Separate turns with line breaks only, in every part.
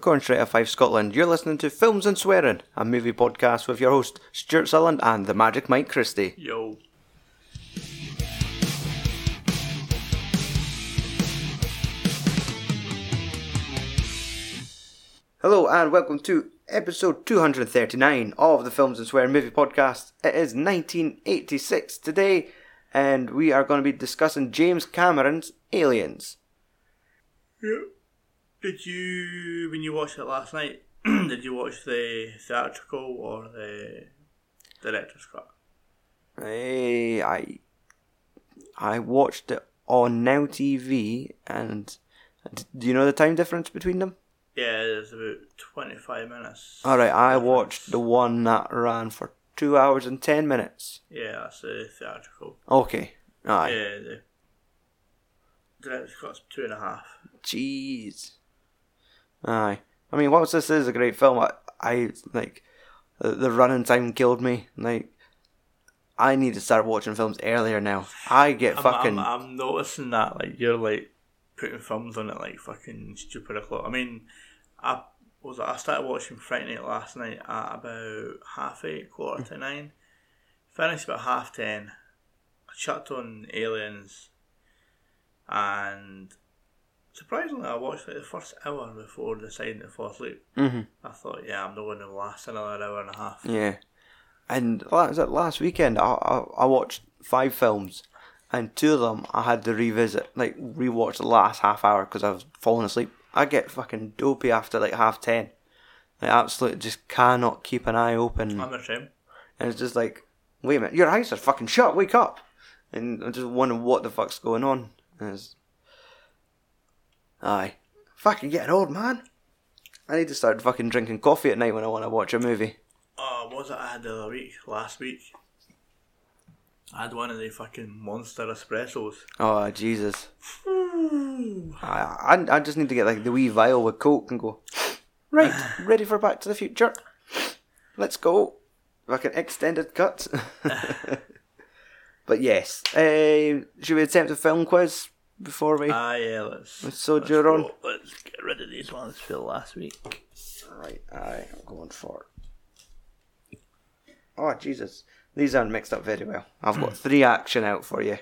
Contrary to 5 Scotland, you're listening to Films and Swearing, a movie podcast with your host, Stuart Sutherland and the Magic Mike Christie.
Yo.
Hello and welcome to episode 239 of the Films and Swearing Movie Podcast. It is 1986 today, and we are going to be discussing James Cameron's Aliens.
Yeah. Did you, when you watched it last night, did you watch the theatrical or the director's cut?
I I, I watched it on Now TV, and d- do you know the time difference between them?
Yeah, it's about 25 minutes.
All right, I watched the one that ran for two hours and ten minutes.
Yeah, that's the theatrical.
Okay, aye,
Yeah, the director's cut's two and a half.
jeez, aye. I mean, what's this is a great film. I, I like the, the running time killed me. Like, I need to start watching films earlier now. I get
I'm,
fucking
I'm, I'm noticing that, like, you're, like, putting thumbs on it, like, fucking stupid o'clock. I mean, I was I started watching Friday Night last night at about half eight, quarter to nine. Finished about half ten. I chucked on Aliens, and surprisingly, I watched, like, the first hour before deciding to fall asleep.
Mhm.
I thought, yeah, I'm not going to last another hour and a half.
Yeah, and la- was it last weekend I, I I watched five films, and two of them I had to revisit, like rewatch the last half hour because I was falling asleep. I get fucking dopey after like half ten. I absolutely just cannot keep an eye open,
I'm ashamed.
and it's just like, wait a minute, your eyes are fucking shut. Wake up, and I'm just wondering what the fuck's going on. And it's- Aye, fucking getting old, man. I need to start fucking drinking coffee at night when I want to watch a movie.
Oh, what was it I had the other week? Last week? I had one of the fucking monster espressos.
Oh Jesus. I, I I just need to get like the wee vial with coke and go. Right, ready for Back to the Future. Let's go. Fucking extended cut. but yes, eh, should we attempt a film quiz before we?
Ah, yeah, let's.
Let's soldier
let's
on.
go- Let's get rid of these ones for last week.
right, aye, I'm going for. it. Oh Jesus, these aren't mixed up very well. I've got three action out for you.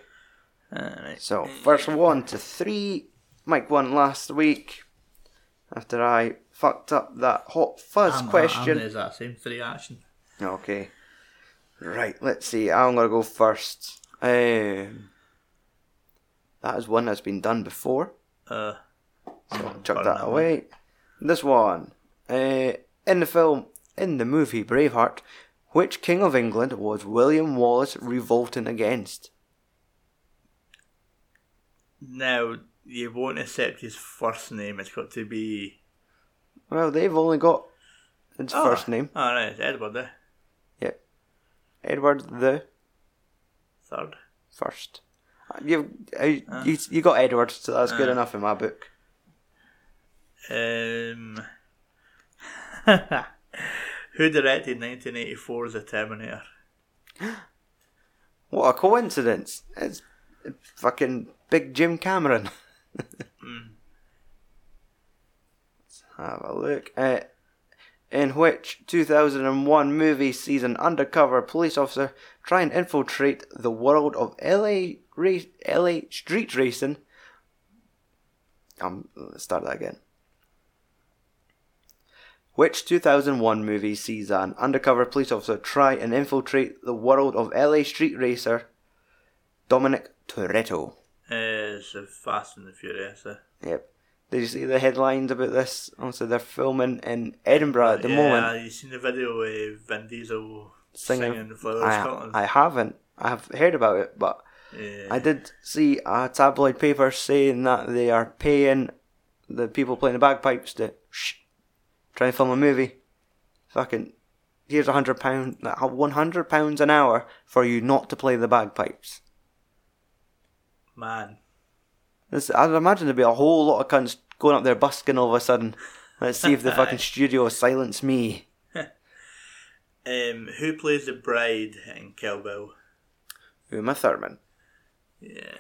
Alright.
So first one to three. Mike won last week after I fucked up that hot fuzz
uh,
question.
Is that same three action?
okay. Right, let's see. I'm gonna go first. Um, that is one that's been done before.
Uh,
So chuck that
burn that
away. This one. Uh, in the film, in the movie Braveheart, which King of England was William Wallace revolting against?
now, you won't accept his first name. It's got to be.
Well, they've only got his Ah. first name.
Alright, it's Edward, eh?
Yep. Edward the
Third.
First. You uh, you you got Edward, so that's good enough in my book.
Um, who directed 1984's The Terminator?
What a coincidence! It's fucking Big Jim Cameron. Let's have a look. Uh, in which 2001 movie sees an undercover police officer try and infiltrate the world of LA race, LA street racing. Um, let's start that again. Which 2001 movie sees an undercover police officer try and infiltrate the world of LA street racer Dominic Toretto?
Uh, it's the Fast and the Furious, eh?
Yep. Did you see the headlines about this? Also, they're filming in Edinburgh at the moment.
you seen the video with Vin Diesel
Singing.
singing, Flowers
I,
Scotland?
I haven't. I have heard about it, but
yeah.
I did see a tabloid paper saying that they are paying the people playing the bagpipes to shh, try and film a movie. Fucking, here's a hundred pound, one hundred pounds an hour for you not to play the bagpipes.
Man,
This, I'd imagine there'd be a whole lot of cunts going up there busking all of a sudden. Let's see if the fucking studio silence me.
um, who plays the bride in Kill Bill?
Uma Thurman.
Yeah,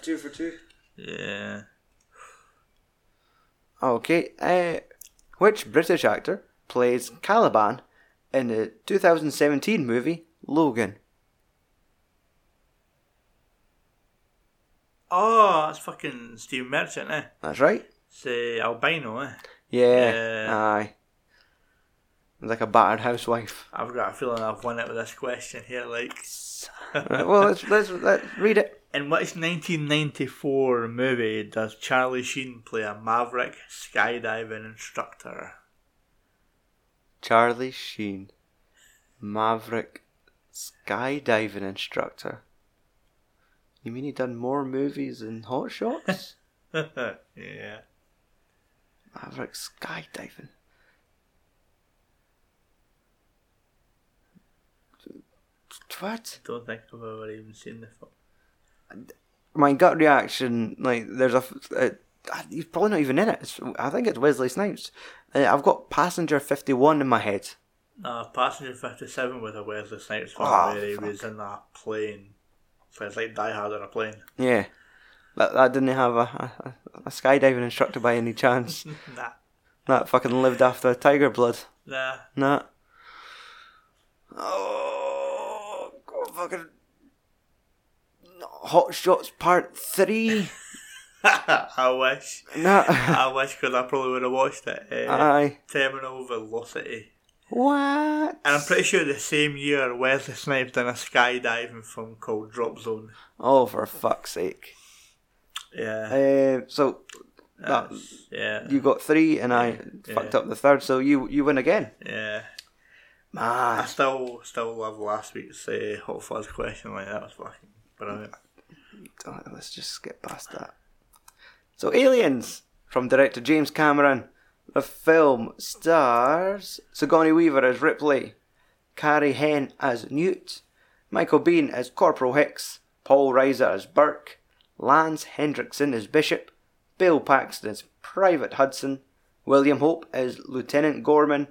Two for two.
yeah.
Okay, uh, which British actor plays Caliban in the 2017 movie Logan?
Oh, that's fucking Steve Merchant, eh?
That's right.
It's uh, albino, eh?
Yeah.
Yeah.
Aye. Like a battered housewife.
I've got a feeling I've won it with this question here. Like,
Right, well, let's, let's let's read it.
in which 1994 movie does Charlie Sheen play a maverick skydiving instructor?
Charlie Sheen, Maverick, skydiving instructor. You mean he done more movies than Hot Shots?
yeah.
Maverick skydiving. What?
Don't think I've ever even seen the film.
My gut reaction, like, there's a. f- Uh, he's probably not even in it. It's, I think it's Wesley Snipes. Uh, I've got Passenger 51 in my head.
No, Passenger 57 was a Wesley Snipes film
Ah,
where he
fuck.
was in a plane. So it's like Die Hard on a plane.
Yeah. That, that didn't have a, a, a skydiving instructor by any chance.
nah.
that fucking lived after tiger blood.
Nah.
Nah. Oh, God, fucking. Hot Shots Part 3.
I wish.
Nah.
I wish because I probably would have watched it. eh,
Aye.
Terminal Velocity.
What?
And I'm pretty sure the same year Wesley Snipes done a skydiving film called Drop Zone.
Oh, for fuck's sake.
Yeah.
Uh, so that,
that's- yeah.
you got three, and I
Yeah.
fucked up the third, so you you win again.
Yeah. I
Man.
still still love last week's uh, Hot Fuzz question. Like, that was fucking brilliant.
Let's just skip past that. So, Aliens from director James Cameron. The film stars Sigourney Weaver as Ripley, Carrie Henn as Newt, Michael Bean as Corporal Hicks, Paul Reiser as Burke, Lance Hendrickson as Bishop, Bill Paxton as Private Hudson, William Hope as Lieutenant Gorman,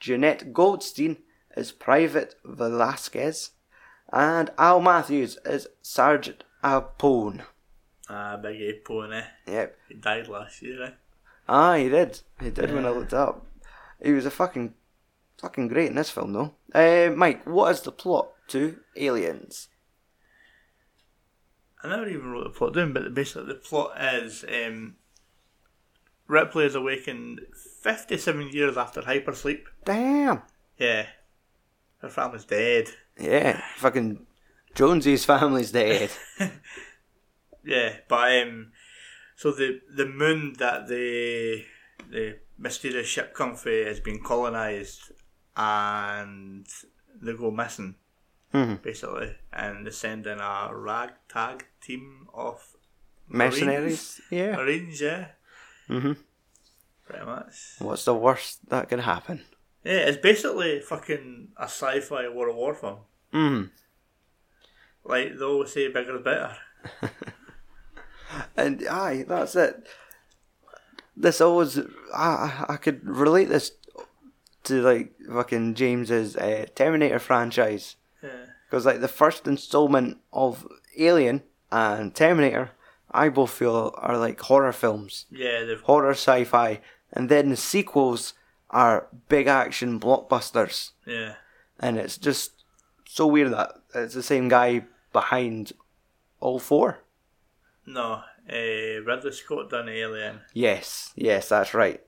Jeanette Goldstein as Private Velasquez, and Al Matthews as Sergeant Apone.
Ah, Big A Pony.
Yep.
He died last year, eh?
Ah, he did. He did when I looked it up. He was a fucking, fucking great in this film, though. Uh, Mike, what is the plot to Aliens?
I never even wrote the plot down, but basically the plot is um, Ripley is awakened 57 years after hypersleep.
Damn.
Yeah. Her family's dead.
Yeah, fucking Jonesy's family's dead.
Yeah, but um, so the the moon that the the mysterious ship come from has been colonized, and they go missing,
Mhm.
basically, and they send in a ragtag team of
Mercenaries. Yeah.
marines, yeah,
Mhm.
pretty much.
What's the worst that could happen?
Yeah, it's basically fucking a sci-fi World War film.
Mm.
Like they always say, bigger is better.
And aye, that's it. This always, I I, I could relate this to like fucking James's uh, Terminator franchise.
Yeah.
Because like the first installment of Alien and Terminator, I both feel are like horror films,
Yeah, they've
horror sci-fi, and then the sequels are big action blockbusters,
yeah,
and it's just so weird that it's the same guy behind all four.
no. Uh, Ridley Scott done Alien.
Yes, yes, that's right,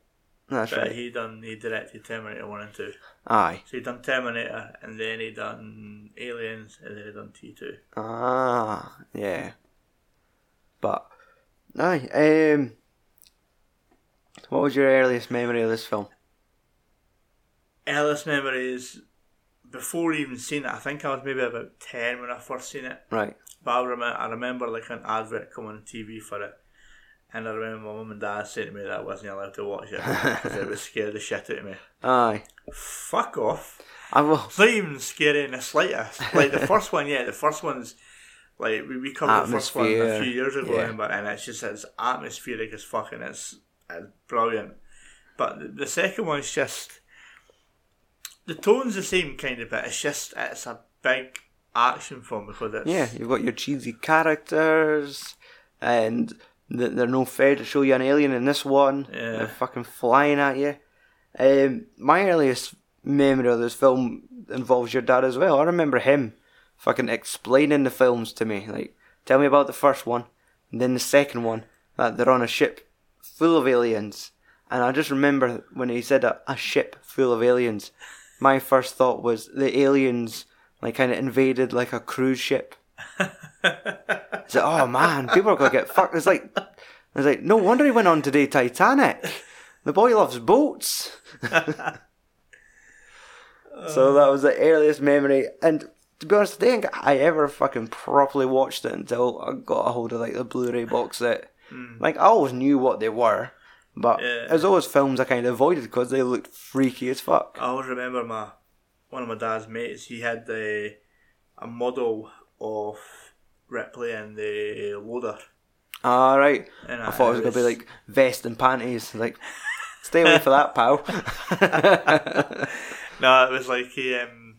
that's
But
right.
he done he directed Terminator one and two.
Aye,
So he done Terminator and then he done Aliens and then he done T two.
ah, yeah, but aye. Um, what was your earliest memory of this film?
Ellis memory is before even seeing it, I think I was maybe about ten when I first seen it.
Right.
But I remember, I remember like an advert coming on TV for it. And I remember my mum and dad saying to me that I wasn't allowed to watch it because it was scared the shit out of me.
Aye.
Fuck off.
I will.
It's not even scary in the slightest. Like the first one, yeah, the first one's like we, we covered the first one
Atmosphere,
a few years ago,
yeah.
remember, and it's just it's atmospheric as fucking it's, it's brilliant. But the, the second one's just the tone's the same kind of bit. It's just it's a big action film because it's
Yeah, you've got your cheesy characters, and Th- They're no fair to show you an alien in this one.
Yeah.
They're fucking flying at you. Um, my earliest memory of this film involves your dad as well. I remember him fucking explaining the films to me. Like, tell me about the first one, and then the second one, that they're on a ship full of aliens. And I just remember when he said a, a ship full of aliens, my first thought was the aliens, like, kind of invaded like a cruise ship. It's like, oh man, people are gonna get fucked. It's like, it's like, no wonder he went on today Titanic. The boy loves boats. so that was the earliest memory, and to be honest, I don't think I ever fucking properly watched it until I got a hold of like the Blu-ray box set. Like I always knew what they were, but
Yeah.
it was always films I kind of avoided because they looked freaky as fuck.
I always remember my one of my dad's mates. He had the a model of Ripley and the loader.
All right,
And
I thought it was gonna be like vest and panties. Like, stay away for that, pal.
no, it was like he um,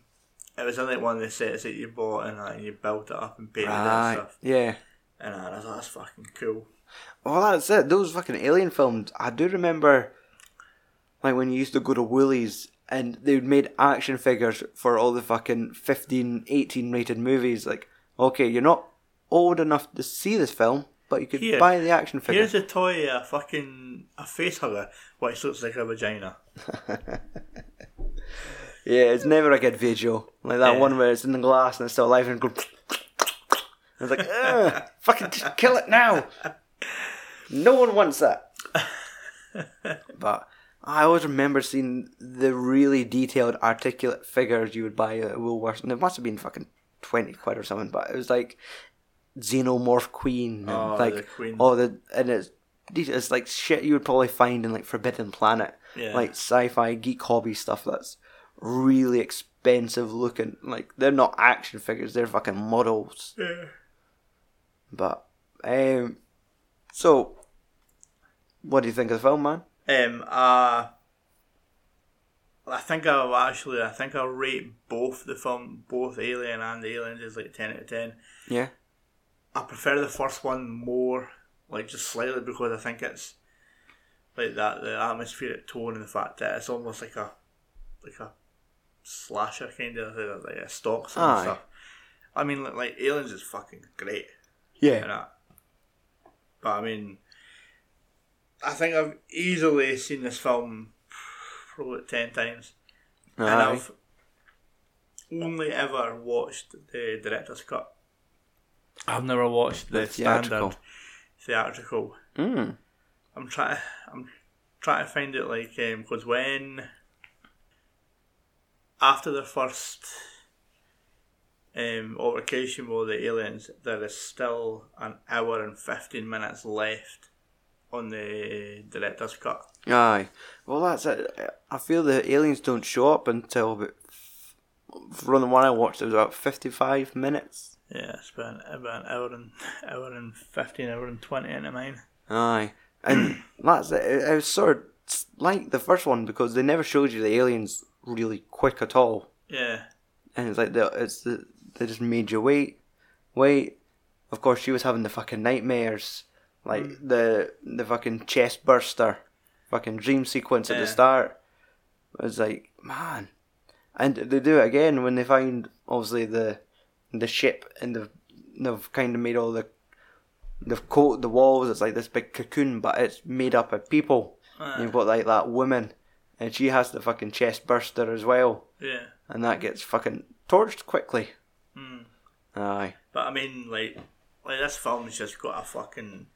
it was in like one of the sets that you bought and, uh, you built it up and painted
Aye,
it and stuff.
yeah.
And uh, I was like, that's fucking cool.
Well, that's it. Those fucking alien films. I do remember, like when you used to go to Woolies and they would made action figures for all the fucking 15, 18 rated movies. Like, okay, you're not old enough to see this film, but you could
Here.
buy the action figure.
Here's a toy, a fucking a face hugger, which looks like a vagina.
Yeah, it's never a good video. Like that
Yeah.
one where it's in the glass and it's still alive and go. And it's like, "Ugh, fucking just kill it now. No one wants that. but I always remember seeing the really detailed, articulate figures you would buy at Woolworths, and it must have been fucking twenty quid or something. But it was like xenomorph queen, and
Oh,
like
the queen.
all the and it's it's like shit you would probably find in like Forbidden Planet,
Yeah.
like sci-fi geek hobby stuff that's really expensive looking. Like they're not action figures, they're fucking models.
Yeah.
But um so what do you think of the film, man?
Um, uh, I think I'll actually, I think I'll rate both the film, both Alien and Aliens as like 10 out of 10.
Yeah.
I prefer the first one more, like just slightly because I think it's like that, the atmospheric tone and the fact that it's almost like a, like a slasher kind of, thing, like a stalks and
Aye.
stuff. I mean, like, like Aliens is fucking great
Yeah.
and that. But I mean, I think I've easily seen this film probably ten times, and
Aye.
I've only ever watched the director's cut. I've never watched the,
The
standard
theatrical.
theatrical.
Mm.
I'm trying. I'm trying to find it like because when after the first um, altercation with the aliens, there is still an hour and fifteen minutes left on the director's cut.
Aye. Well, that's it. I feel the aliens don't show up until about. f- From the one I watched, it was about 55 minutes.
Yeah, it's about about an hour and hour and fifteen, hour and twenty into mine.
Aye. And that's it. It it was sort of s- like the first one because they never showed you the aliens really quick at all.
Yeah,
and it's like the it's the, they just made you wait, wait. Of course, she was having the fucking nightmares, like the the fucking chest burster, fucking dream sequence at the
Yeah.
start. It's like man, and they do it again when they find obviously the the ship and the they've kind of made all the they've coat the walls. It's like this big cocoon, but it's made up of people. And You've got like that woman, and she has the fucking chest burster as well
yeah.
and that gets fucking torched quickly.
Mm.
Aye.
But I mean, like, like this film's just got a fucking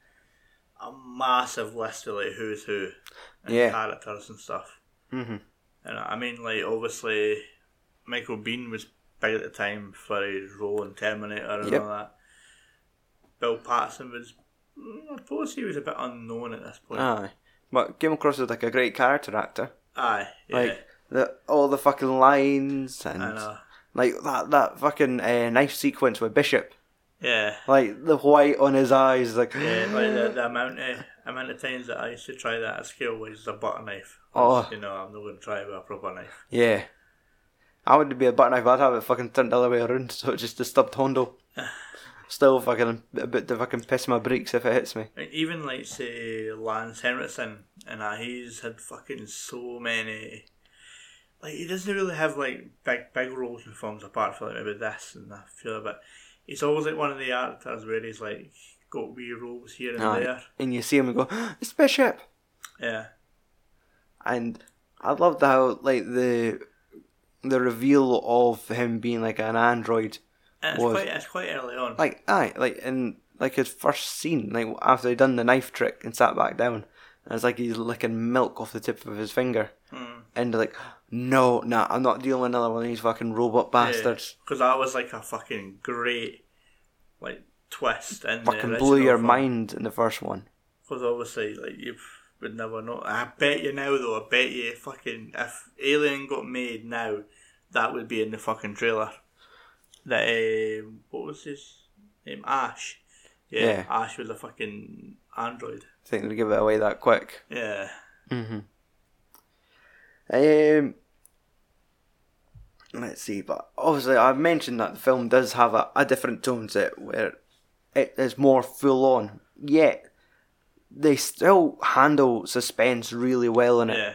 a massive list of like who's who and
Yeah.
characters and stuff.
Mhm.
And I mean, like, obviously, Michael Bean was big at the time for his role in Terminator and
Yep.
all that. Bill Patterson was, mm, I suppose, he was a bit unknown at this point.
Aye. But came across as like a great character actor.
Aye, yeah, uh,
Like the all the fucking lines
I
and
know.
like that that fucking uh, knife sequence with Bishop,
Yeah,
like the white on his eyes, like
yeah, Uh, like the, the amount of amount of times that I used to try that at school was a butter knife.
Oh.
You know, I'm not going to try it with a proper knife.
yeah. I would be a butter knife, but I'd have it fucking turned the other way around, so it's just a stubbed hondo. Still fucking a bit of fucking piss my brakes if it hits me.
And even like say Lance Henriksen, and uh, he's had fucking so many. Like he doesn't really have like big big roles in films apart from like maybe this and that feel, but he's always like one of the actors where he's like got wee roles here and
Aye.
there.
And you see him and go, it's Bishop!
Yeah,
And I loved how, like, the the reveal of him being like an android.
and it's
Was-
quite it's quite early on.
Like, aye, like, in like his first scene, like, after he'd done the knife trick and sat back down. And it's like he's licking milk off the tip of his finger.
Mm.
And they're like, no, nah, I'm not dealing with another one of these fucking robot bastards.
Because that was like a fucking great, like twist in
fucking
the
blew your mind in the first one.
Because obviously, like you would never know. I bet you now though. I bet you fucking if Alien got made now, that would be in the fucking trailer. That um, what was his name? Ash. Yeah,
Yeah.
Ash was a fucking android.
I think they give it away that quick.
Yeah.
Um, let's see, but obviously I've mentioned that the film does have a, a different tone to it where it is more full on. Yet they still handle suspense really well in it.
Yeah.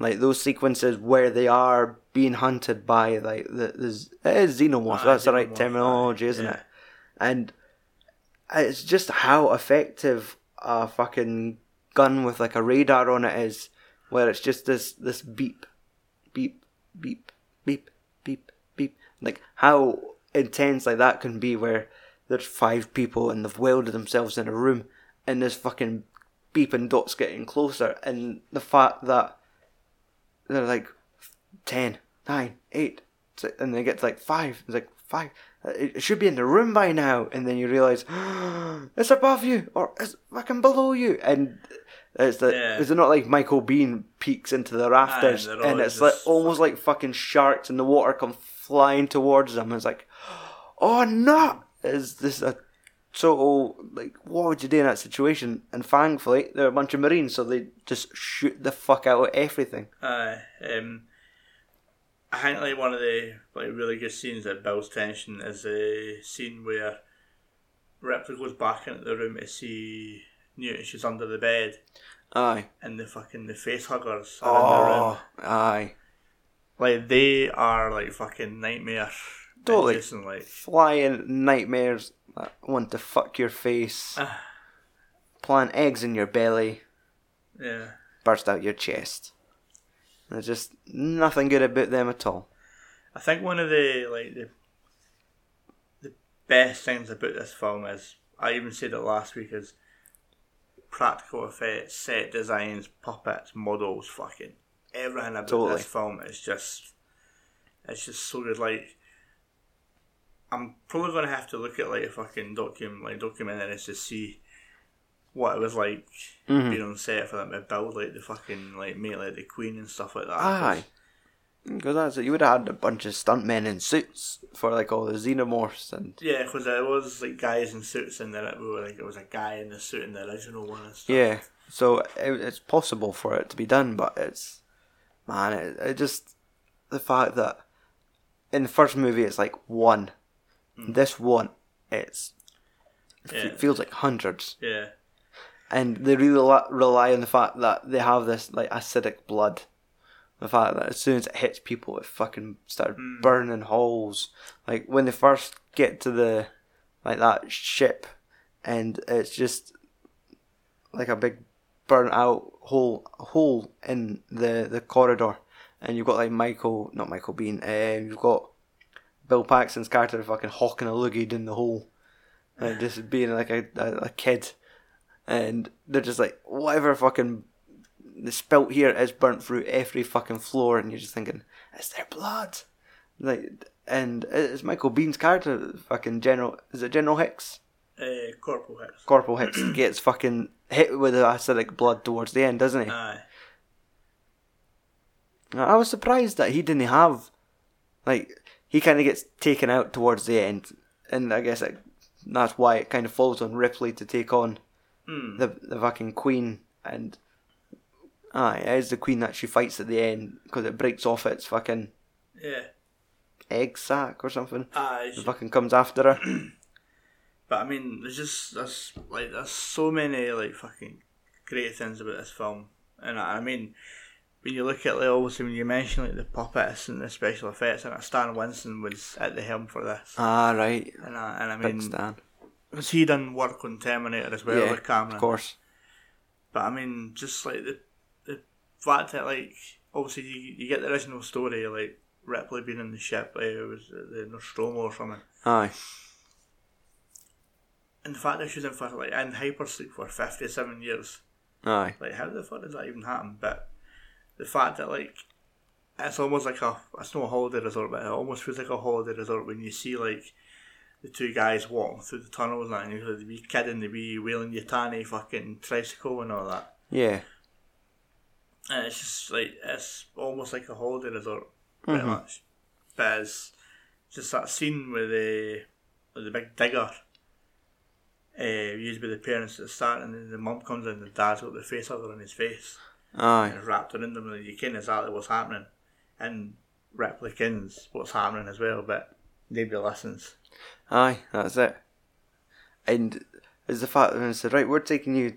Like those sequences where they are being hunted by like the, the z- it is xenomorphs.
Ah,
that's the right
xenomorph,
terminology,
aye,
isn't
yeah.
it? And it's just how effective a fucking gun with like a radar on it is, where it's just this this beep, beep, beep, beep, beep, beep. Like how intense like that can be, where there's five people and they've welded themselves in a room, and this fucking beeping dot's getting closer, and the fact that they're like 10, 9, 8, si- and they get to like 5. It's like 5. Uh, It it should be in the room by now. And then you realise, it's above you, or it's fucking below you. And it's the,
Yeah.
is it not like Michael Bean peeks into the rafters?
they're
And,
always
it's like
just
almost like fucking sharks in the water come flying towards them. It's like, oh no! Is this a total, like, what would you do in that situation? And thankfully, they're a bunch of Marines, so they just shoot the fuck out of everything.
Aye. Um, I think like one of the like really good scenes that builds tension is the scene where Ripley goes back into the room to see Newton. She's under the bed
Aye.
and the fucking the face huggers are in the room.
Oh, aye.
Like they are like fucking nightmare.
Totally.
inducing, like
Flying nightmares that want to fuck your face,
Ah.
plant eggs in your belly,
yeah.
burst out your chest. There's just nothing good about them at all.
I think one of the like the the best things about this film is I even said it last week is practical effects, set designs, puppets, models, fucking everything about
Totally.
this film is just it's just so good. Like I'm probably gonna have to look at like a fucking document like documentaries to see what it was like
Mm-hmm.
being on set for them to build like the fucking like make like the Queen and stuff like that. 'Cause-
Aye. Because that's it. You would have had a bunch of stuntmen in suits for like all the xenomorphs and.
Yeah, because there was like guys in suits in there. We were like, there was a guy in the suit in the original one and stuff.
Yeah. So it, it's possible for it to be done, but it's. Man, it, it just. The fact that in the first movie it's like one. This one, it's.
yeah,
It feels like hundreds.
yeah,
and they really rely- rely on the fact that they have this like acidic blood. The fact that as soon as it hits people, it fucking starts burning holes. Like when they first get to the like that ship, and it's just like a big burnt out hole hole in the the corridor, and you've got like Michael, not Michael Bean, um, you've got Bill Paxton's character fucking hawking a loogie in the hole, like just being like a, a, a kid and they're just like whatever fucking the spilt here is burnt through every fucking floor, and you're just thinking, it's their blood, like, and it's Michael Bean's character, fucking General, is it General Hicks,
Uh, Corporal Hicks.
Corporal Hicks gets fucking hit with acidic blood towards the end, doesn't he?
Aye,
I was surprised that he didn't have, like, he kind of gets taken out towards the end, and I guess it, that's why it kind of falls on Ripley to take on
Hmm.
the the fucking queen, and aye, it is the queen that she fights at the end because it breaks off its fucking
yeah,
egg sac or something.
aye.
It
she-
fucking comes after her.
But I mean, there's just there's like there's so many like fucking great things about this film, and I, I mean, when you look at like obviously when you mention like the puppets and the special effects, and Stan Winston was at the helm for this,
Ah, right.
and I, and I
Big
mean,
Stan.
because he done work on Terminator as well
yeah,
with Cameron.
of course.
But I mean, just like the the fact that like obviously you, you get the original story like Ripley being in the ship, like, it was uh, the Nostromo or something,
Aye.
and the fact that she's in for like in hypersleep for fifty seven years,
Aye.
like how the fuck did that even happen? But the fact that like it's almost like a it's not a holiday resort, but it almost feels like a holiday resort when you see like. The two guys walking through the tunnels and you know, the wee kid and the wee wheeling Yatani fucking tricycle and all that.
Yeah.
And it's just like it's almost like a holiday resort, pretty
Mm-hmm.
much. But it's just that scene with the with the big digger. Uh, used by the parents at the start, and then the mum comes in, and the dad's got the face of her on his face,
Aye.
and it's wrapped around them, and you can exactly what's happening, and replicants what's happening as well, but nobody listens.
Aye, that's it. And it's the fact that when I said, right, we're taking you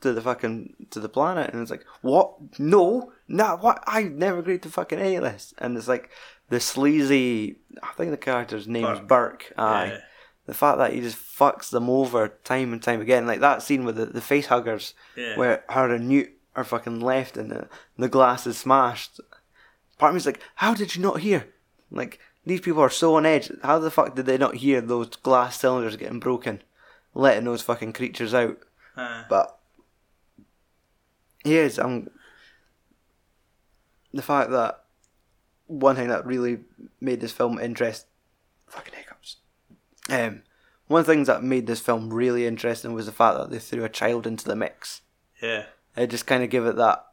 to the fucking to the planet, and it's like, what? No, nah, what? I never agreed to fucking any of this. And it's like the sleazy. I think the character's name is
Burke.
Burke. Aye.
Yeah.
The fact that he just fucks them over time and time again, like that scene with the, the face huggers,
Yeah.
where her and Newt are fucking left, and the, the glass is smashed. Part of me's like, how did you not hear? Like, these people are so on edge. How the fuck did they not hear those glass cylinders getting broken, letting those fucking creatures out?
Uh,
But yes, I'm the fact that one thing that really made this film interest fucking hiccups. Um, one of the things that made this film really interesting was the fact that they threw a child into the mix.
yeah.
It just kind of gave it that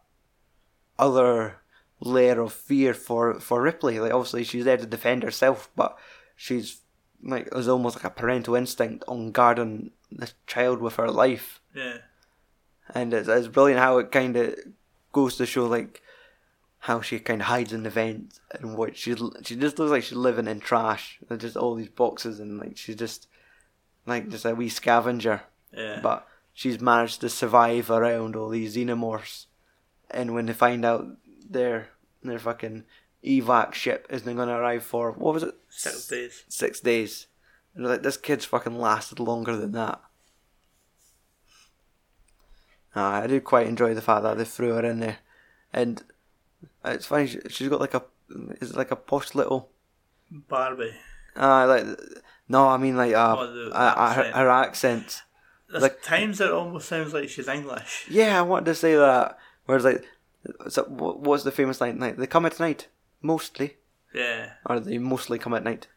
other layer of fear for for Ripley. Like obviously she's there to defend herself, but she's like it was almost like a parental instinct on guarding this child with her life
Yeah.
and it's, it's brilliant how it kind of goes to show like how she kind of hides in the vent and what she she just looks like she's living in trash. There's just all these boxes and like she's just like just a wee scavenger,
Yeah.
but she's managed to survive around all these xenomorphs. And when they find out their their fucking evac ship isn't going to arrive for what was it
Six days.
six days, and they're like this kid's fucking lasted longer than that. Ah, I did quite enjoy the fact that they threw her in there, and it's funny. she- She's got like a is it like a posh little
Barbie.
ah like no I mean like uh,
Oh, the
uh, uh, her,
accent.
her accent.
There's
Like-
times it almost sounds like she's English.
Yeah, I wanted to say that. Whereas like, so what what's the famous line? Like they come at night mostly,
Yeah.
or they mostly come at night.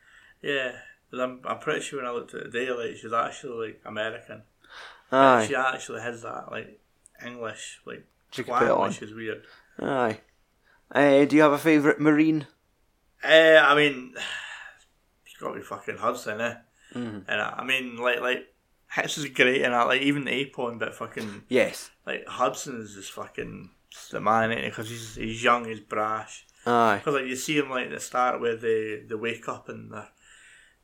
Yeah, but I'm, I'm pretty sure when I looked at the day, like she's actually like American.
Aye,
She actually has that like English like
She could
twang,
put it on.
which is weird.
aye. Uh, do you have a favourite marine?
Uh, I mean, it's got to be fucking Hudson, eh?
Mm-hmm.
And I, I mean, like like Hicks is great, and I like even the Apon, but fucking
Yes.
like Hudson is just fucking just the man, ain't Because he's he's young, he's brash.
Aye.
Because like you see him like at the start where they, they wake up and they're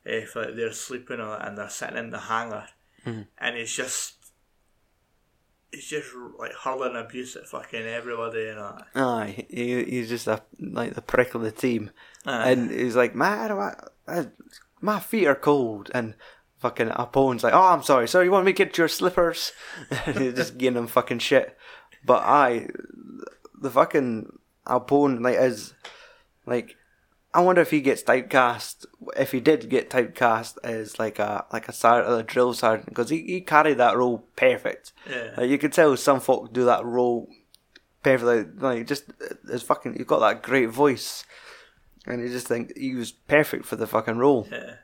if like, they're sleeping or, and they're sitting in the hangar,
Mm-hmm.
and it's just it's just like hurling abuse at fucking everybody and all that.
Aye, he, he's just a, like the prick of the team,
Aye.
and he's like, "Man, I, don't- I- my feet are cold," and fucking Appone's like, "Oh, I'm sorry, sir. You want me to get your slippers?" and he's just giving him fucking shit. But I, the fucking Apone like is like, I wonder if he gets typecast. If he did get typecast as like a like a sergeant, a drill sergeant, because he, he carried that role perfect.
Yeah.
Like, you could tell some folk do that role perfectly. Like just it's fucking you've got that great voice, and you just think he was perfect for the fucking role.
Yeah.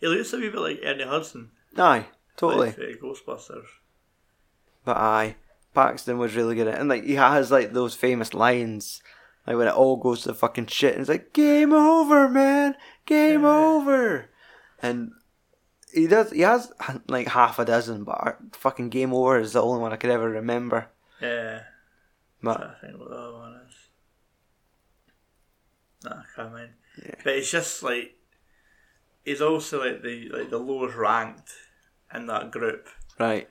He looks a wee bit like Ernie Hudson,
Aye, totally.
like uh, Ghostbusters.
But aye, Paxton was really good at, and like he has like those famous lines, like when it all goes to fucking shit, and it's like game over, man, game over, and he does he has like half a dozen, but fucking game over is the only one I could ever remember.
Yeah.
But
I think what the other one is. Nah, I can't mind.
Yeah.
But it's just like he's also like the like the lowest ranked in that group.
Right.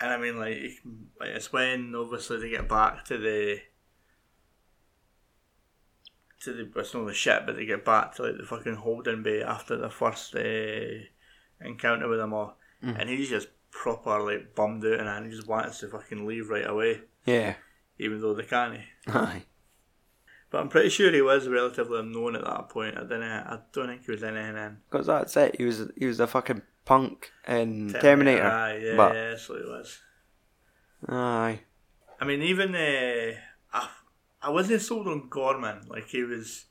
And I mean, like, you can, like it's when obviously they get back to the to the it's not the ship, but they get back to like the fucking holding bay after the first uh, encounter with them all,
Mm.
and he's just proper like bummed out, and he just wants to fucking leave right away,
Yeah.
even though they can't.
Aye.
But I'm pretty sure he was relatively unknown at that point. I don't I don't think he was in NN.
Because that's it. He was he was a fucking punk in Terminator.
Aye, yeah,
But-
yeah, that's what he was.
Aye.
I mean, even uh, I, I wasn't sold on Gorman. Like he was,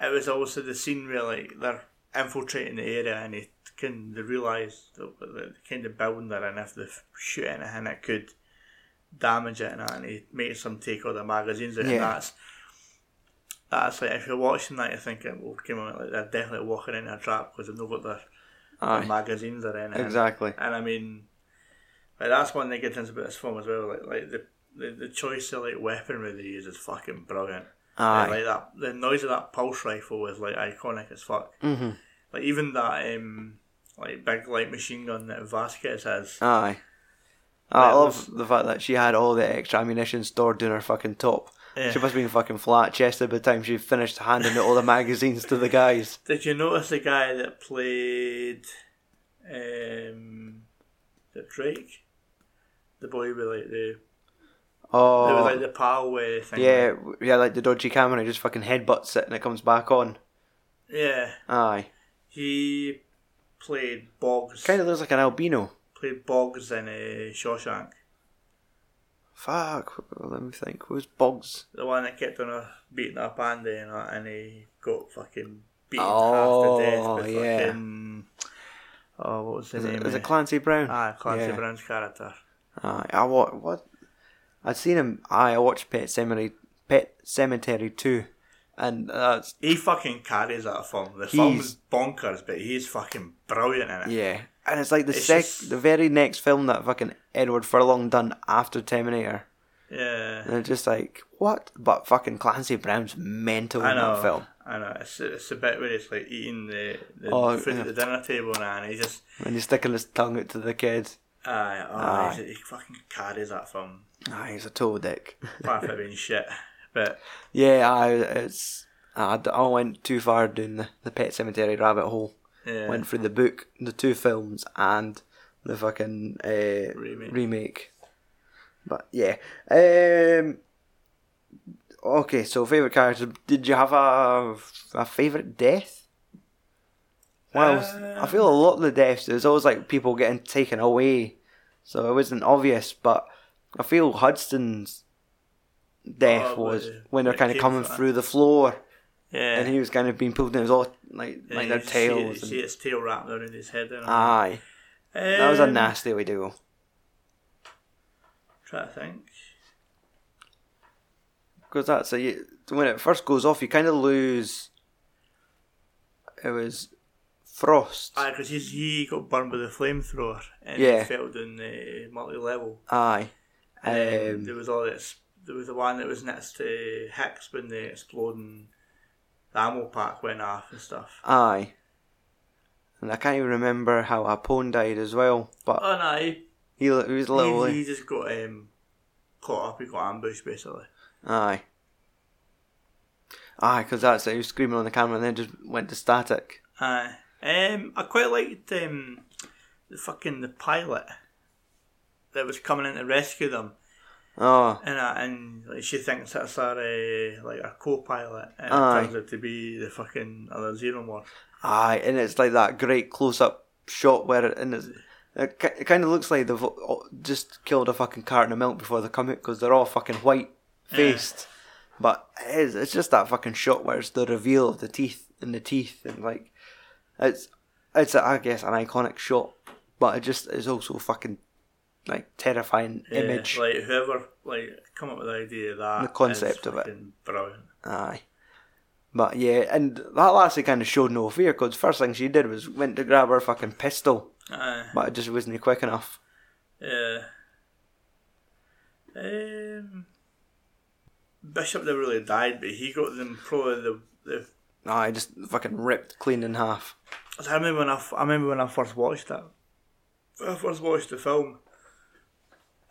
it was also the scene where like they're infiltrating the area and they can they realise the, the kind of building they're in. If they shoot anything, it could damage it, and, that, and he makes them take all the magazines out.
Yeah.
And that's that's like if you're watching that, you're thinking, well, come on, like they're definitely walking into a trap because they know what their, their
Aye.
magazines are in. and-
Exactly.
and I mean, like that's one thing good things about this film as well. Like like the the, the choice of like weaponry they use is fucking brilliant. Like,
Aye.
like that the noise of that pulse rifle is like iconic as fuck.
Mm-hmm.
Like even that um like big light machine gun that Vasquez has.
Aye. I
Right,
love the fact that she had all the extra ammunition stored in her fucking top.
Yeah.
She must have been fucking flat chested by the time she finished handing out all the magazines to the guys.
Did you notice the guy that played um the Drake? The boy with like the
Oh,
it was like the pal way thing.
yeah, w- yeah, like the dodgy camera just fucking headbutts it and it comes back on.
Yeah.
Aye,
He played Boggs
kind of looks like an albino.
played Boggs in uh, Shawshank,
Fuck, let me think. Who's Boggs?
the one that kept on uh, beating up Andy and, uh, and he got fucking beaten
Oh,
half to death with
yeah.
fucking. Oh, what was the
Is
name?
it, is
eh?
it Clancy Brown?
Ah, Clancy
Yeah.
Brown's character.
Aye, I wa- what? I'd seen him. Aye, I watched Pet Cemetery, Pet Cemetery Two, and that's
He fucking carries that film. The
He's-
film's bonkers, but he's fucking brilliant in it.
Yeah, and it's like the
It's
sec,
just-
the very next film that fucking Edward Furlong done after Terminator,
Yeah.
and it's just like what? But fucking Clancy Brown's mental
I
in
know.
that film.
I know. It's, it's the bit where it's like eating the, the
Oh,
food
yeah.
at the dinner table and he just.
And he's sticking his tongue out to the kid.
Aye, oh,
Aye.
he's- he fucking carries that film.
Ah, he's a total dick.
Apart from it being shit. But
yeah, I it's I, d- I went too far down the, the Pet Cemetery rabbit hole.
yeah.
Went through the book, the two films, and the fucking uh,
Remake.
remake. But yeah, um, okay. So favorite character? Did you have a a favorite death? Well, I feel
Um.
a lot of the deaths. There's always like people getting taken away, so it wasn't obvious. But I feel Hudson's death
Oh,
was
yeah.
when they're
It
kind of
came
coming
flat.
through the floor,
Yeah.
and he was kind of being pulled in his all like
Yeah,
like
you
their
see- you
tails.
See,
and,
his tail wrapped around his head. There.
aye, that was a
Um,
nasty way to go.
Try to think.
Because that's a, you, when it first goes off, you kind of lose. It was frost.
Aye, because he got burned with a flamethrower and
Yeah.
he fell down the multi level.
Aye.
And
Um,
there was all this. There was the one that was next to Hicks when the exploding the ammo pack went off and stuff.
aye. And I can't even remember how Apone died as well, but
Oh no, he,
he, he was
he,
literally
he just got um, caught up. He got ambushed basically.
aye. Aye, because that's it. He was screaming on the camera and then just went to static.
Aye. Um, I quite liked um, the fucking the pilot that was coming in to rescue them.
Oh,
and uh, and like, she thinks that's our uh, like our co-pilot, and
Aye.
it turns out to be the fucking other xenomorph.
aye, and it's like that great close-up shot where it and it's, it, ki- it kind of looks like they've all- just killed a fucking carton of milk before they come out because they're all fucking white faced. But it is, it's just that fucking shot where it's the reveal of the teeth and the teeth and like it's it's I guess an iconic shot, but it just is also fucking like terrifying
Yeah,
image.
Uh, like whoever like come up with the idea of that
The concept
is
of it.
fucking brilliant.
Aye. But yeah, and that lassie kind of showed no fear because first thing she did was went to grab her fucking pistol,
Aye,
but it just wasn't quick enough.
yeah. Um, Bishop never really died, but he got them probably the the
No, I just fucking ripped clean in half.
So I remember when I, f- I remember when I first watched it. When I first watched the film,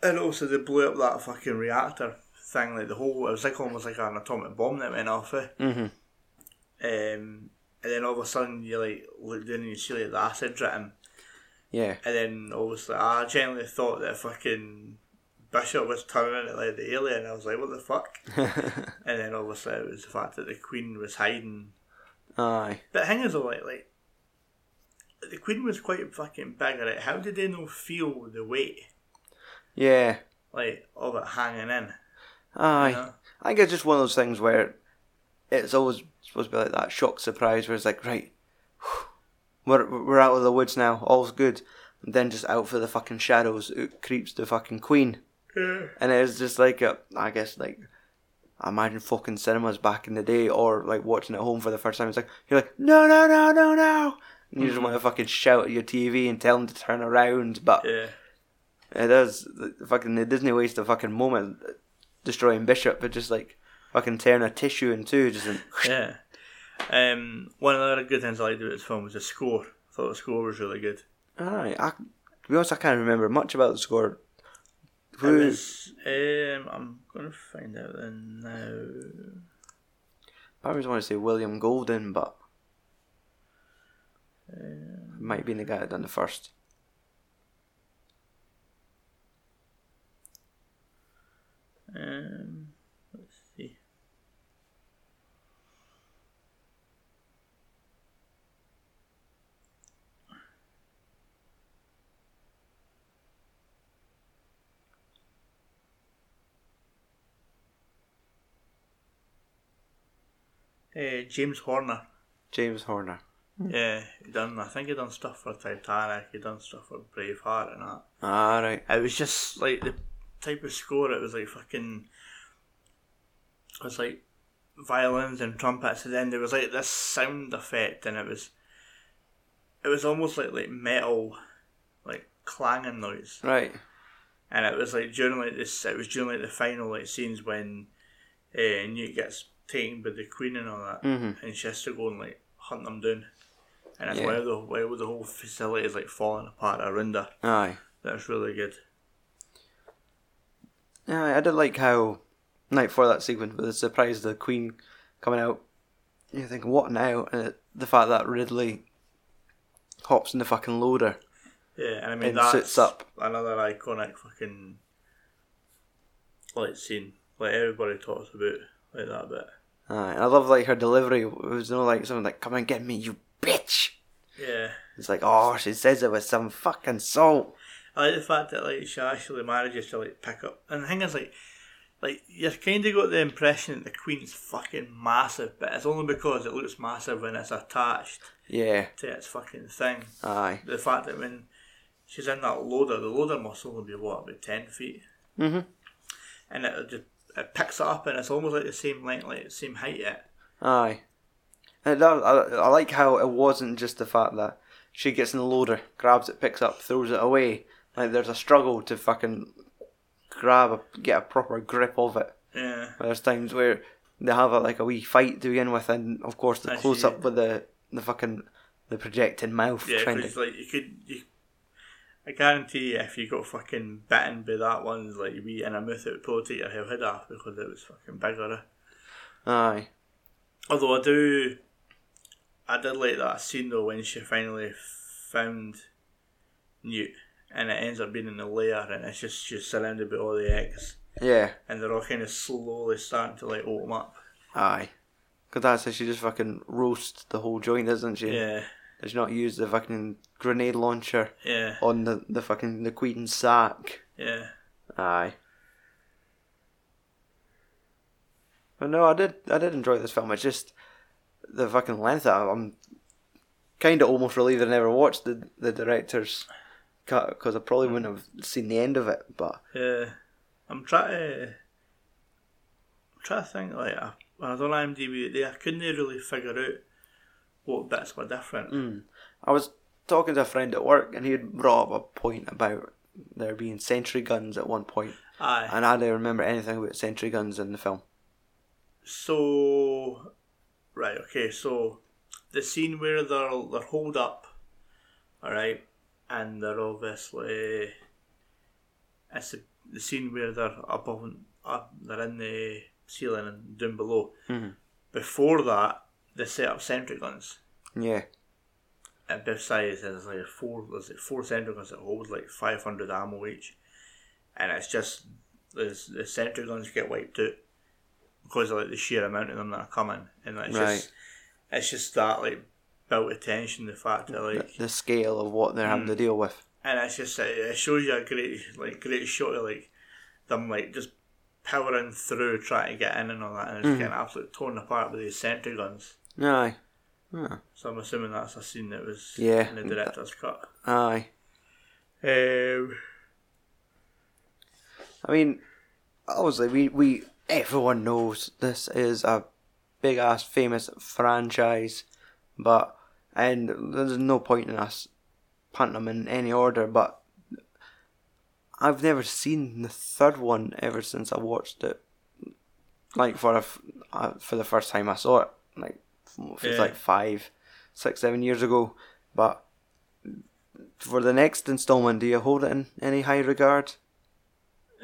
and also they blew up that fucking reactor thing. Like the whole, it was like almost like an atomic bomb that went off. Eh?
Mm-hmm.
Um, and then all of a sudden you like look down and you see like the acid dripping.
Yeah.
And then obviously I genuinely thought that fucking Bishop was turning into like the alien. I was like, what the fuck? and then obviously it was the fact that the Queen was hiding.
Aye.
But the thing is though, like, like the Queen was quite fucking big. Right? How did they not feel the weight
Yeah.
like of it hanging in?
Aye.
Yeah.
I think it's just one of those things where it's always supposed to be like that shock surprise where it's like, right, we're, we're out of the woods now, all's good. And then just out for the fucking shadows, it creeps the fucking queen.
Yeah.
And it's just like, a, I guess, like, imagine fucking cinemas back in the day or like watching at home for the first time. It's like, you're like, no, no, no, no, no. And you just want to fucking shout at your TV and tell them to turn around. But
Yeah.
it does. The, the fucking the Disney waste the fucking moment uh, destroying Bishop, but just like fucking tearing a tissue in two, just in,
Yeah. Um, one of the other good things I liked about this film was the score. I thought the score was really good.
alright. I, to be honest, I can't remember much about the score.
It
Who,
was, um, I'm gonna find out then now.
I always want to say William Golden, but might have been the guy that done the first.
Um, let's see. Uh, James Horner,
James Horner.
yeah, he done. I think he done stuff for Titanic. He done stuff for Braveheart and that.
All Ah, right.
It was just like the type of score. It was like fucking. It was like violins and trumpets, and then there was like this sound effect, and it was. It was almost like like metal, like clanging noise,
Right.
and it was like during like this. It was during like the final like scenes when, uh, Newt gets taken by the Queen and all that,
Mhm.
and she has to go and like hunt them down, and it's
Yeah.
while the while the whole facility is like falling apart around her.
Aye.
That's really good.
Yeah, I did like how night for that sequence with the surprise of the Queen coming out. You think what now? And it, the fact that Ridley hops in the fucking loader.
Yeah, and I mean
and
that's
sits up.
another iconic fucking like scene. Like everybody talks about like that bit.
Aye, and I love like her delivery. It was no like someone like, "Come and get me, you bitch."
Yeah.
It's like, oh, she says it with some fucking salt.
I like the fact that like she actually manages to like pick up and the thing is like like you've kinda got the impression that the Queen's fucking massive, but it's only because it looks massive when it's attached
Yeah,
to its fucking thing.
aye,
The fact that when she's in that loader, the loader must only be what, about ten feet?
Mhm.
And it just it picks it up and it's almost like the same length, like the same height eh? yet.
aye. And it does, I, I like how it wasn't just the fact that she gets in the loader, grabs it, picks up, throws it away. Like there's a struggle to fucking grab, a, get a proper grip of it.
Yeah,
There's times where they have a, like a wee fight to begin with, and of course the
That's
close up
it.
with the the fucking the projecting mouth
yeah.
trying
'cause,
to.
like you could, you, I guarantee you, if you got fucking bitten by that one, like we in a mouth, it would probably take your whole head off because it was fucking bigger. eh?
Aye,
Although I do, I did like that scene though when she finally found Newt, and it ends up being in the lair, and it's just she's surrounded by all the eggs,
yeah,
and they're all kind of slowly starting to like open up.
aye. Because that's how she just fucking roasts the whole joint, isn't she?
Yeah,
Does not use the fucking grenade launcher
yeah,
on the, the fucking the Queen's sack.
yeah.
Aye. But no, I did I did enjoy this film. It's just the fucking length. Of it. I'm kind of almost relieved I never watched the the director's cut because I probably wouldn't have seen the end of it. But
Yeah, I'm trying to. I'm trying to think. Like I, when I was on IMDb today, I couldn't really figure out what bits were different.
I was talking to a friend at work, and he had brought up a point about there being sentry guns at one point,
Aye.
and I didn't remember anything about sentry guns in the film.
So, Right. Okay. So the scene where they're they're holed up, all right, and they're obviously it's the, the scene where they're above and up, they're in the ceiling and down below. Before that, they set up sentry guns
Yeah.
at both sides, and there's like four there's like four sentry guns that hold like five hundred ammo each, and it's just there's the sentry guns get wiped out because of like the sheer amount of them that are coming, and like, it's just it's just that like built attention the fact that
The,
like
the scale of what they're having to deal with.
and it's just it it shows you a great like great shot of like them like just powering through trying to get in and all that and it's getting absolutely torn apart with these sentry guns.
Aye.
So I'm assuming that's a scene that was
Yeah.
in the director's cut.
Aye.
Um,
I mean, obviously, we, we everyone knows this is a big ass famous franchise, but and there's no point in us punting them in any order. But I've never seen the third one ever since I watched it. Like for a f- uh, for the first time I saw it, like it was
Yeah.
like five, six, seven years ago. But for the next installment, do you hold it in any high regard?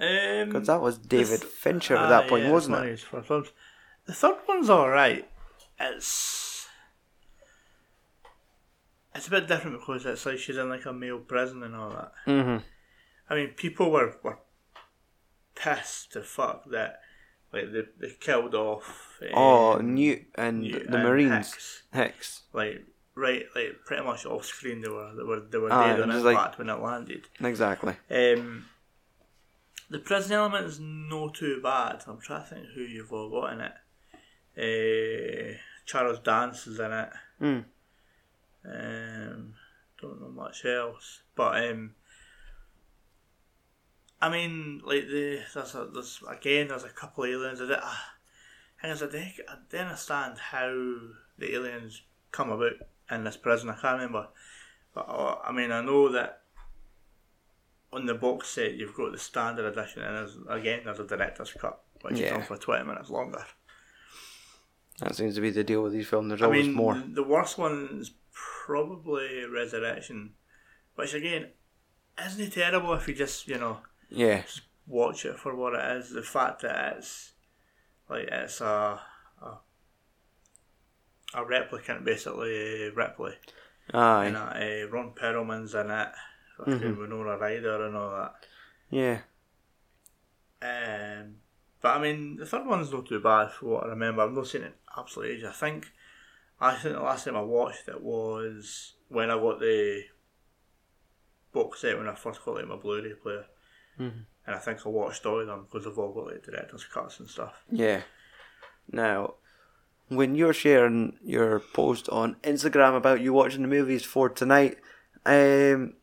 um,
Because that was David
th-
Fincher at
ah,
that point,
yeah,
wasn't
one
it?
of his first ones. The third one's alright. It's it's a bit different because it's like she's in like a male prison and all that.
Mm-hmm.
I mean, people were, were pissed to fuck that like they, they killed off. um,
Oh, Newt and
Newt
the
and
Marines.
Hicks.
Hicks.
Like right, like pretty much off screen they were they were they were
Aye,
dead on
Ah, it was like-
impact when it landed.
Exactly.
Um, the prison element is no too bad. I'm trying to think who you've all got in it. Uh, Charles Dance is in it.
Mm.
Um, don't know much else, but um, I mean, like the there's a, there's again there's a couple of aliens. I, don't- ah, thing is, I don't I don't understand how the aliens come about in this prison. I can't remember, but uh, I mean I know that on the box set you've got the standard edition, and there's, again there's a director's cut which
Yeah.
is on for twenty minutes longer.
That seems to be the deal with these films. There's
I
always
mean,
more.
The worst one is probably Resurrection, which again isn't it terrible if you just you know
Yeah.
watch it for what it is. The fact that it's like it's a a, a replicant basically, uh, Ripley,
Aye. Mm-hmm.
and uh, uh, Ron Perlman's in it, fucking Winona Ryder and all that.
Yeah.
Um, but I mean, the third one's not too bad for what I remember. I've not seen it in absolute age. I think, I think the last time I watched it was when I got the box set when I first got like my Blu-ray player,
Mhm.
and I think I watched all of them because I've all got like director's cuts and stuff.
Yeah. Now, when you're sharing your post on Instagram about you watching the movies for tonight, um,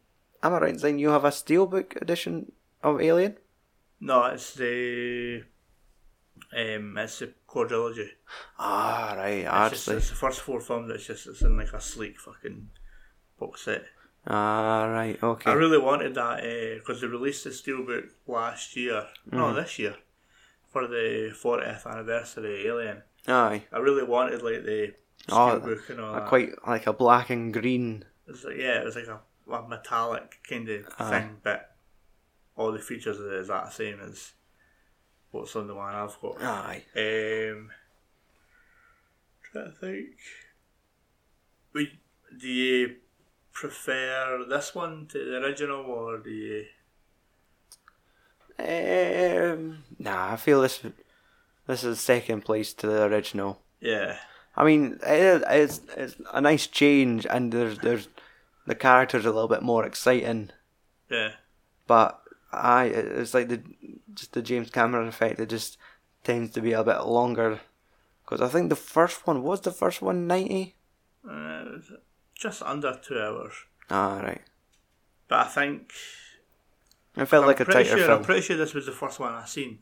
am I right in saying you have a steelbook edition of Alien?
No, it's the um, it's the quadrilogy.
Ah, right.
It's, just,
Actually.
it's the first four films. It's just it's in like a sleek fucking box set.
Ah, right. Okay.
I really wanted that because they released the steelbook last year,
Mm-hmm.
no, this year, for the 40th anniversary of Alien.
Aye.
I really wanted like the
Oh,
steelbook and all
I
that.
quite like a black and green.
It was like, yeah, it was like a, a metallic kind of
Uh-huh.
thing, but all the features of it is that same as what's on the one I've got.
Aye.
Um, trying to think. Would, do you prefer this one to the original, or do you?
Um, nah, I feel this this is second place to the original.
Yeah.
I mean, it, it's it's a nice change, and there's there's the characters are a little bit more exciting,
Yeah,
but I it's like the just the James Cameron effect. It just tends to be a bit longer because I think the first one was the first one ninety.
uh, it was just under two hours.
Ah, right.
But I think
It felt like a
I'm pretty
tighter
sure
film.
I'm pretty sure this was the first one I seen.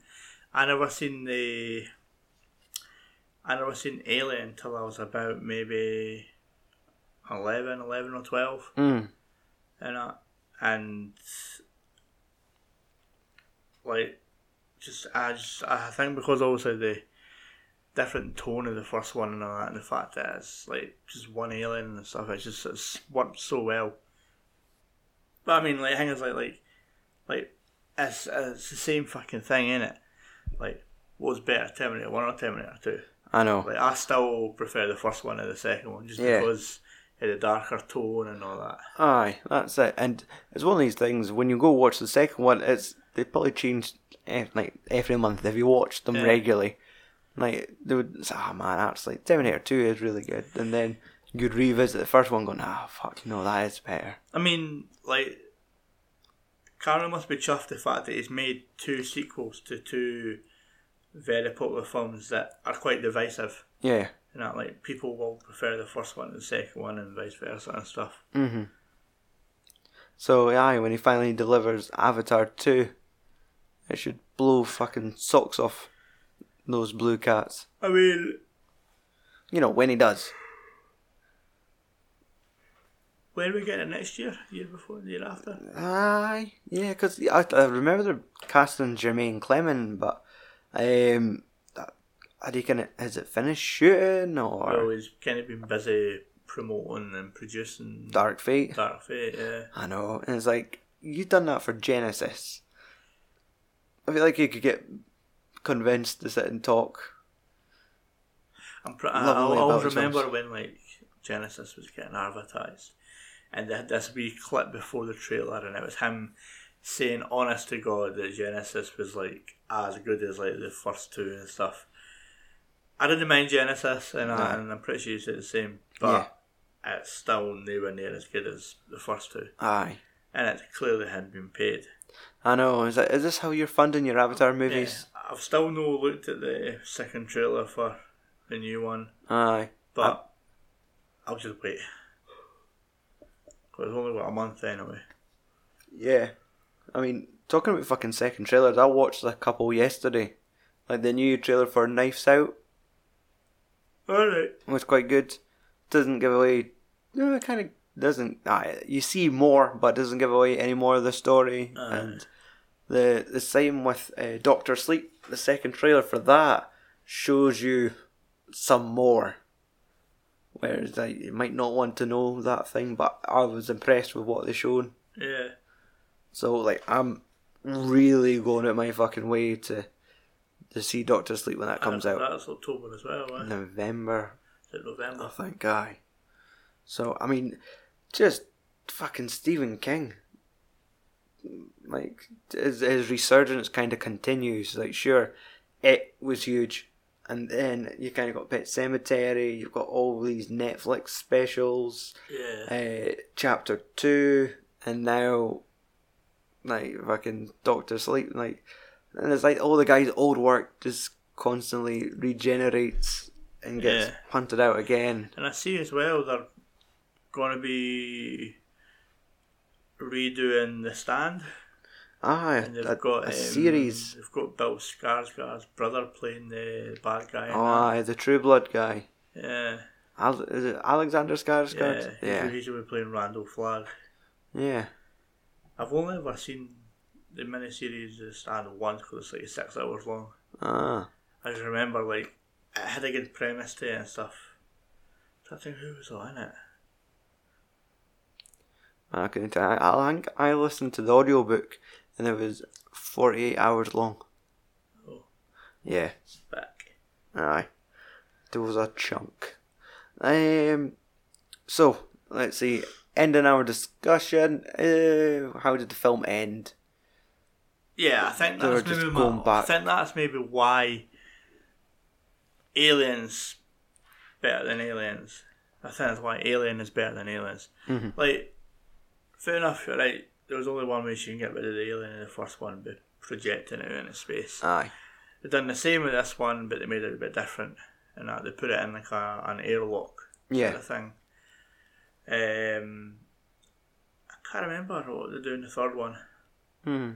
I never seen the. I never seen Alien until I was about maybe 11, 11 or twelve,
Mm,
and I, and like just I just I think because obviously the different tone of the first one and all that, and the fact that it's like just one alien and stuff. It's just it's worked so well. But I mean, like, things like like like it's it's the same fucking thing, in it? Like, what was better, Terminator One or Terminator Two?
I know.
Like, I still prefer the first one to the second one, just
Yeah.
because it had a darker tone and all that.
Aye, that's it. And it's one of these things when you go watch the second one, it's they probably changed eh, like every month if you watch them
Yeah.
regularly. Like they would say, "Ah man, actually Terminator Two is really good," and then you'd revisit the first one, going, "Ah fuck, no, that is better."
I mean, like, Cameron must be chuffed the fact that he's made two sequels to two very popular films that are quite divisive.
Yeah,
You know, like people will prefer the first one to the second one, and vice versa and stuff.
So aye, when he finally delivers Avatar two, it should blow fucking socks off those blue cats.
I mean,
You know when he does.
when we get it next year, year before, year after.
Aye, yeah, because I, I remember they're casting Jermaine Clement, but um, are they gonna? Is it finished shooting or
Well, he's kind of been busy promoting and producing
Dark Fate?
Dark Fate. Yeah,
I know, and it's like you done that for Genesis. I feel like you could get convinced to sit and talk.
I'm pr- I, I
Lovely about
always
his
remember
films.
when like Genesis was getting advertised, and they had this wee clip before the trailer, and it was him saying, "Honest to God, that Genesis was like as good as like the first two and stuff." I didn't mind Genesis, and, I,
No.
and I'm pretty sure you said the same, but it's still nowhere near as good as the first two,
Aye,
and it clearly hadn't been paid.
I know. Is that is this how you're funding your Avatar movies?
Yeah, I've still no looked at the second trailer for the new one.
Aye,
But I'll just wait. 'Cause it's only about a month anyway.
yeah. I mean, talking about fucking second trailers, I watched a couple yesterday, like the new trailer for Knives Out.
Alright.
was quite good. Doesn't give away. No, it kind of doesn't. Ah, you see more, but doesn't give away any more of the story.
Aye.
and the the same with uh, Doctor Sleep. The second trailer for that shows you some more. Whereas like, you might not want to know that thing, but I was impressed with what they showed.
Yeah.
So like, I'm really going out my fucking way to to see Doctor Sleep when that comes out.
That's October as well, right?
November
Is it November?
Oh, thank guy. So I mean, just fucking Stephen King. Like his, his resurgence kind of continues. Like sure, it was huge, and then you kind of got Pet Cemetery. You've got all these Netflix specials,
Oh. Yeah.
uh, Chapter Two, and now, like fucking Doctor Sleep. Like, and it's like all the guy's old work just constantly regenerates and gets
Yeah.
punted out again.
And I see as well they're going to be redoing The Stand.
Ah,
And they've
a,
got
a
um,
series.
They've got Bill Skarsgård's brother playing the bad guy. in
Oh, aye, the True Blood guy.
that. yeah.
Al- is it Alexander
Yeah.
Skarsgård?
yeah.
Yeah.
He's going to be playing Randall Flagg.
Yeah.
I've only ever seen the miniseries The Stand once because it's like six hours long.
Ah.
I just remember like it had a good premise to it and stuff. I think who was all in it?
I couldn't tell. I, I, think I listened to the audiobook and it was 48 hours long.
Oh.
Yeah.
Back.
Aye. There was a chunk. Um, so, let's see. Ending our discussion. Uh, how did the film end?
Yeah, I think
They were
that's
just
maybe my-
going back.
I think that's maybe why Aliens better than Aliens. I think that's why Alien is better than Aliens.
Mm-hmm.
Like, fair enough. you're Right, there was only one way she can get rid of the alien in the first one, but projecting it into space.
Aye.
They done the same with this one, but they made it a bit different. And that they put it in like a, an airlock
Yeah.
sort of thing. Um, I can't remember what they do in the third one.
Hmm.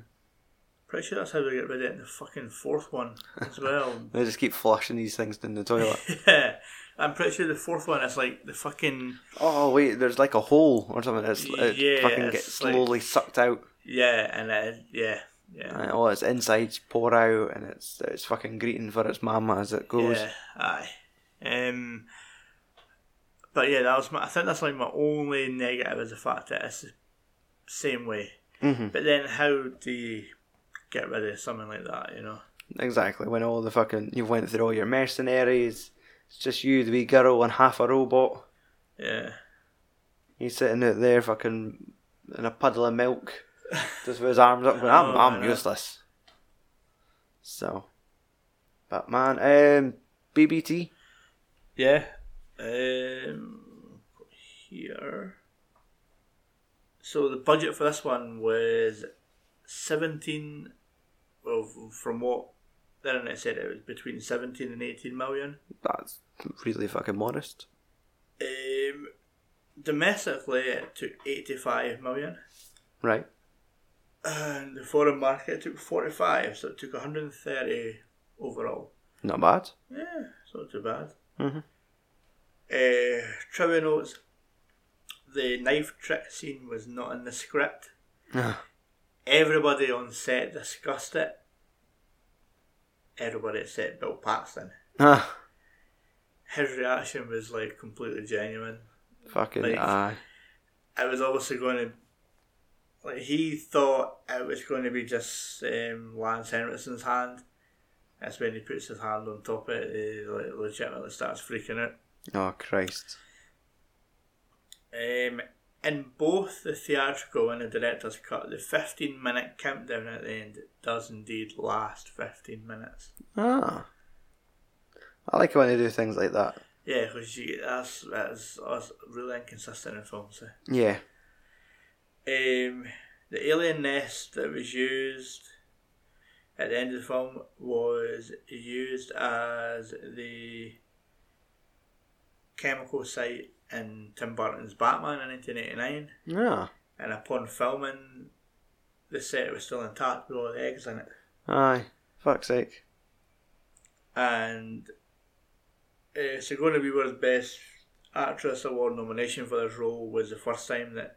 Pretty sure that's how they get rid of it in the fucking fourth one as well.
They just keep flushing these things down the toilet.
yeah, I'm pretty sure the fourth one is like the fucking
Oh wait, there's like a hole or something. It's, it
Yeah,
fucking
it's
gets
like-
slowly sucked out.
yeah, and it, yeah, Yeah.
And all its insides pour out, and it's it's fucking greeting for its mama as it goes.
Yeah, aye. Um, but yeah, that was my. I think that's like my only negative is the fact that it's the same way.
Mhm.
But then, how do you get rid of something like that? You know.
Exactly. When all the fucking you went through all your mercenaries, it's just you, the wee girl, and half a robot.
Yeah.
He's sitting out there, fucking in a puddle of milk, just with his arms up. Going, I'm,
Oh, I
I'm
know.
useless. So, but man, um, BBT.
Yeah. Um, here. So the budget for this one was seventeen. Well, from what the internet said, it was between seventeen and eighteen million.
That's really fucking modest.
Um, domestically, it took 85 million,
Right.
and the foreign market took 45, so it took 130 overall.
Not bad.
Yeah, it's not too bad.
Mhm.
Uh, trivia notes the knife trick scene was not in the script. Everybody on set discussed it. Everybody except Bill Paxton.
Ah,
His reaction was like completely genuine.
fucking
Like-
aye.
it was obviously going to. Like he thought it was going to be just um, Lance Henrikson's hand. That's when he puts his hand on top of it. He like, legitimately starts freaking out.
Oh Christ.
Um, in both the theatrical and the director's cut, the 15 minute countdown at the end does indeed last 15 minutes.
Ah. I like it when they do things like that.
Yeah, because that's, that's that's really inconsistent in films. eh?
Yeah.
Um, the alien nest that was used at the end of the film was used as the chemical site in Tim Burton's Batman in 1989.
Yeah.
And upon filming, the set was still intact with all the eggs in it.
Aye. Fuck's sake.
And uh, Sigourney Weaver's Best Actress Award nomination for this role was the first time that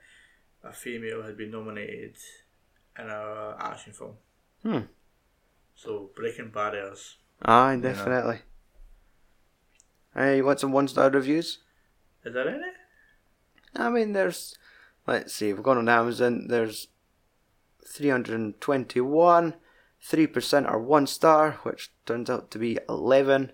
a female had been nominated in a action film.
Hmm.
So breaking barriers.
Aye, definitely. Hey, you want some one star reviews?
Is there any?
I mean, there's. Let's see, we've gone on Amazon, there's 321, 3% are one star, which turns out to be 11.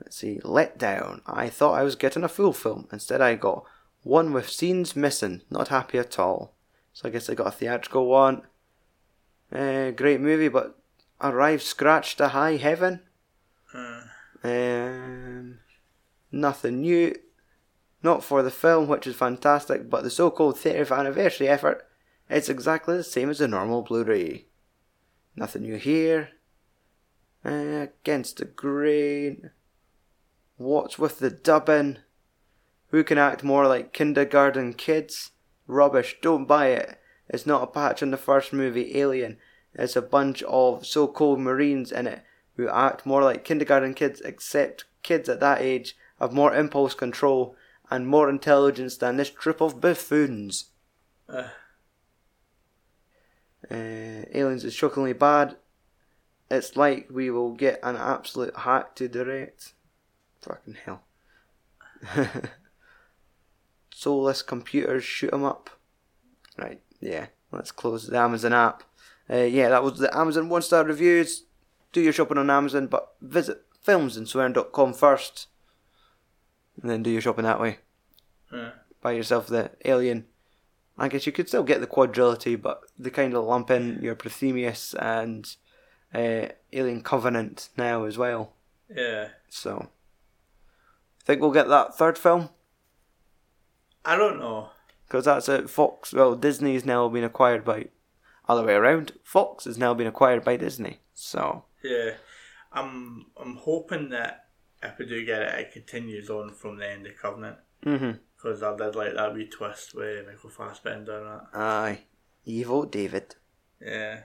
Let's see, letdown. I thought I was getting a full film. Instead, I got one with scenes missing. Not happy at all. So I guess I got a theatrical one. Eh, great movie, but arrived scratched to high heaven.
Uh,
Um, nothing new. Not for the film, which is fantastic, but the so called 30th anniversary effort, it's exactly the same as the normal Blu ray. Nothing new here. Uh, against the grain. What's with the dubbing? Who can act more like kindergarten kids? Rubbish, don't buy it. It's not a patch on the first movie, Alien. It's a bunch of so called Marines in it who act more like kindergarten kids, except kids at that age have more impulse control and more intelligence than this troop of buffoons.
uh,
Uh, Aliens is shockingly bad. It's like we will get an absolute hack to direct. Fucking hell. Soulless computers shoot 'em up. Right, yeah. Let's close the Amazon app. Uh, yeah, that was the Amazon one star reviews. Do your shopping on Amazon, but visit filmsandswearing.com first. And then do your shopping that way.
uh,
Buy yourself the Alien. I guess you could still get the quadrilogy, but they kind of lump in your Prothemius and uh, Alien Covenant now as well.
yeah.
So, think we'll get that third film
I don't know.
because that's it. Fox, well, Disney's now been acquired by, other way around. Fox has now been acquired by Disney. So,
Yeah, I'm I'm hoping that if we do get it, it continues on from the end of Covenant.
hmm
Because I did like that wee twist with Michael Fassbender and that.
aye, evil David.
Yeah.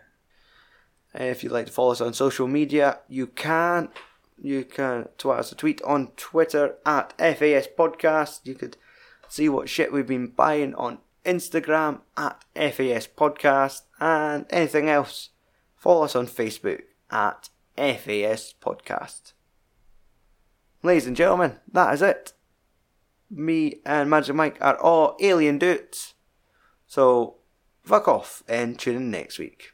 If you'd like to follow us on social media, you can. You can tweet us a tweet on Twitter at FAS Podcast. You could see what shit we've been buying on Instagram at FAS Podcast, and anything else, follow us on Facebook at FAS Podcast. Ladies and gentlemen, that is it. Me and Magic Mike are all alien dudes. So, fuck off and tune in next week.